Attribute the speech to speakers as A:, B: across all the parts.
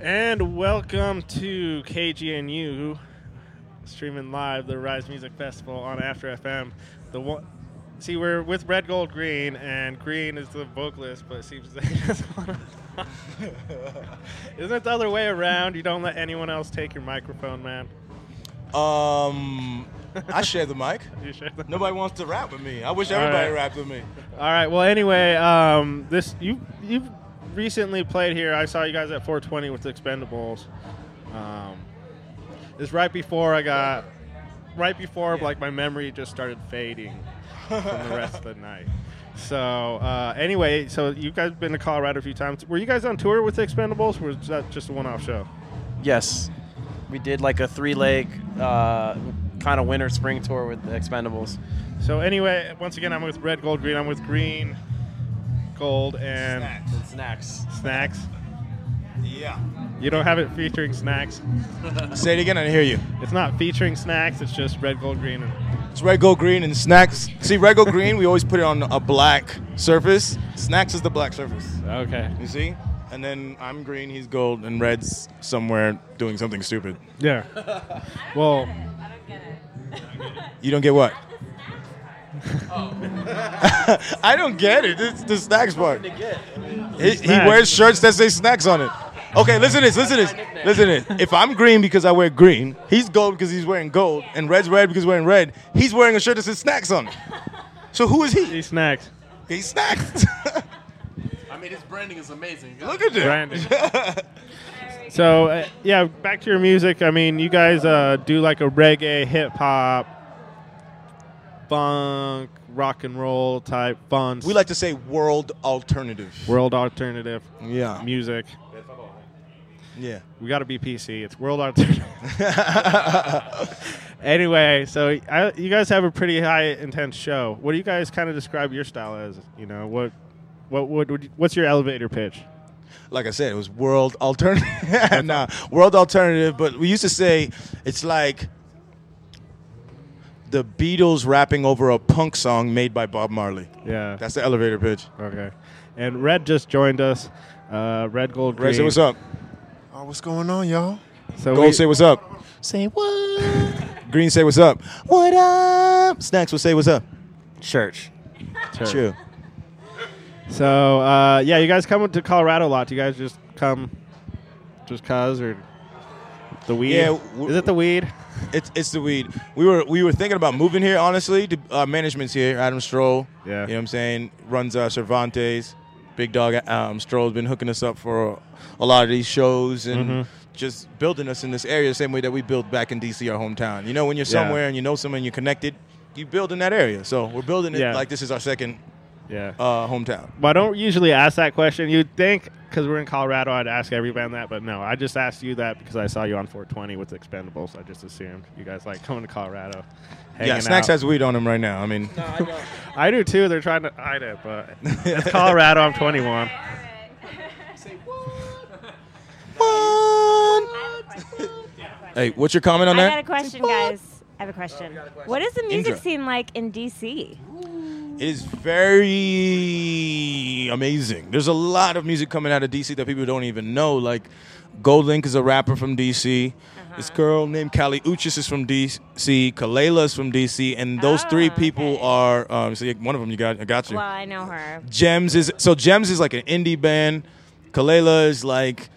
A: And welcome to KGNU, streaming live the Rise Music Festival on After FM. The one, see, we're with Red Gold Green, and Green is the vocalist, but it seems they just want to. Isn't it the other way around? You don't let anyone else take your microphone, man.
B: Um, I share the mic.
A: You sure?
B: Nobody wants to rap with me. I wish
A: All
B: everybody
A: right.
B: rapped with me.
A: All right. Well, anyway, um, this you you recently played here. I saw you guys at 420 with the Expendables. Um, this right before I got right before like my memory just started fading from the rest of the night. So uh, anyway, so you guys been to Colorado a few times. Were you guys on tour with the Expendables? Or was that just a one-off show?
C: Yes, we did like a three-leg uh, kind of winter spring tour with the Expendables.
A: So anyway, once again, I'm with Red, Gold, Green. I'm with Green, Gold, and
B: Snacks.
C: And snacks.
A: snacks.
B: Yeah.
A: You don't have it featuring snacks.
B: Say it again. I didn't hear you.
A: It's not featuring snacks. It's just red, gold, green. And
B: It's red, gold, green, and snacks. See, red, gold, green. We always put it on a black surface. Snacks is the black surface.
A: okay.
B: You see? And then I'm green. He's gold, and red's somewhere doing something stupid.
A: Yeah. Well,
D: I don't get it.
B: You don't get what? I don't get it. It's the snacks part. He, he
A: Snacks.
B: wears shirts that say snacks on it. Okay, listen to this. Listen to this. Listen to this. If I'm green because I wear green, he's gold because he's wearing gold, and red's red because he's wearing red. He's wearing a shirt that says snacks on it. So who is he?
A: these snacks.
B: He's snacks.
E: I mean, his branding is amazing.
B: Look at this.
A: Branding. So uh, yeah, back to your music. I mean, you guys uh, do like a reggae, hip hop, funk, rock and roll type fun.
B: We like to say world alternative.
A: world alternative
B: Yeah.
A: music.
B: Yeah.
A: We got to be PC. It's world alternative. anyway, so I, you guys have a pretty high intense show. What do you guys kind of describe your style as? You know what? What would would you- what's your elevator pitch?
B: like I said, it was world alternative. nah, world alternative. But we used to say it's like the Beatles rapping over a punk song made by Bob Marley.
A: Yeah.
B: That's the elevator pitch.
A: okay. And Red just joined us. Uh, Red Gold Green.
B: Ray, say what's up.
E: Oh, what's going on, y'all?
A: So
B: Gold,
A: we-
B: say what's up.
C: Say what?
B: Green, say what's up. What up? Snacks will say what's up.
C: Church.
A: Sure.
B: Chill.
A: So uh, yeah, you guys come to Colorado a lot. Do you guys just come just cause or the weed?
B: Yeah, w-
A: Is it the weed?
B: It's it's the weed. We were we were thinking about moving here. Honestly, to, uh, management's here. Adam Stroll.
A: Yeah.
B: You know what I'm saying? Runs uh, Cervantes. Big dog um, Stroll's been hooking us up for a lot of these shows and
A: Mm-hmm.
B: just building us in this area the same way that we built back in DC, our hometown. You know, when you're
A: Yeah.
B: somewhere and you know someone, you're connected. You build in that area, so we're building it
A: Yeah.
B: like this is our second
A: Yeah.
B: uh, hometown.
A: Well, I don't usually ask that question. You'd think because we're in Colorado, I'd ask every band that, but no, I just asked you that because I saw you on 420 with the Expendables. I just assumed you guys like coming to Colorado. Hanging
B: yeah, snacks
A: out.
B: has weed on him right now. I mean,
A: I do too. They're trying to hide it, but it's Colorado. I'm 21.
B: hey, what's your comment on
D: I got a
B: that?
D: question, guys. I have Oh, a question. What is the music
B: Indra.
D: scene like in DC?
B: It is very amazing. There's a lot of music coming out of DC that people don't even know. Like Gold Link is a rapper from DC. This
D: Uh-huh.
B: girl named Callie Uchis is from DC. Kalela is from DC, and those
D: Oh,
B: three people
D: okay.
B: are. Um, see, one of them you got. I got you.
D: Well, I know her.
B: Gems is so. Gems is like an indie band. Kalela is like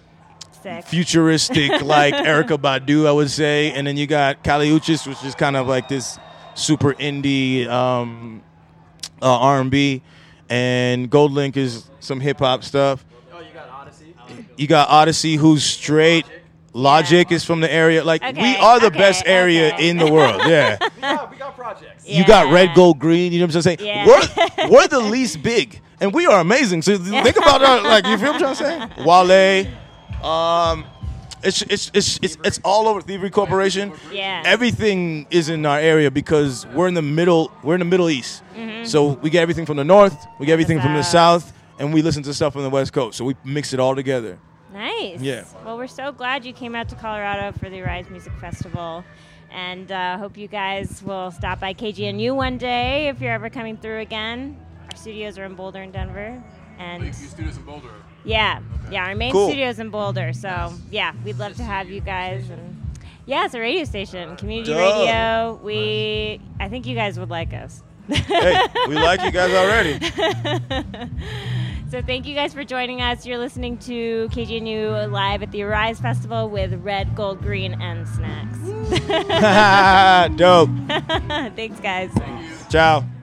D: Sick.
B: futuristic, like Erica Badu, I would say. And then you got Kali Uchis, which is kind of like this super indie um, uh, R&B, and Gold Link is some hip hop stuff. You got Odyssey, who's straight. Logic is from the area. Like we
D: Okay,
B: are the
D: okay,
B: best area
D: okay.
B: in the world. Yeah. You
D: Yeah.
B: got red, gold, green. You know what I'm saying?
D: Yeah.
B: We're, we're the least big, and we are amazing. So think about our like you feel what I'm saying? Wale, um, it's it's it's it's, it's all over Thievery Corporation.
D: Yeah.
B: Everything is in our area because we're in the middle. We're in the Middle East,
D: Mm-hmm.
B: so we get everything from the north. We get everything from the south, and we listen to stuff from the west coast. So we mix it all together.
D: nice.
B: Yeah.
D: Well, we're so glad you came out to Colorado for the Rise Music Festival. And uh, hope you guys will stop by KGNU one day if you're ever coming through again. Our studios are in Boulder and Denver. And
E: Lakeview Studios in Boulder.
D: Yeah, yeah. Our main
B: Cool.
D: studio's in Boulder, so yeah, we'd love to have you guys. And yeah, it's a radio station, community
B: Dope.
D: radio. We, I think you guys would like us.
B: hey, we like you guys already.
D: So thank you guys for joining us. You're listening to KGNU live at the Arise Festival with Red, Gold, Green, and Snacks.
B: Dope.
D: Thanks, guys.
B: Ciao.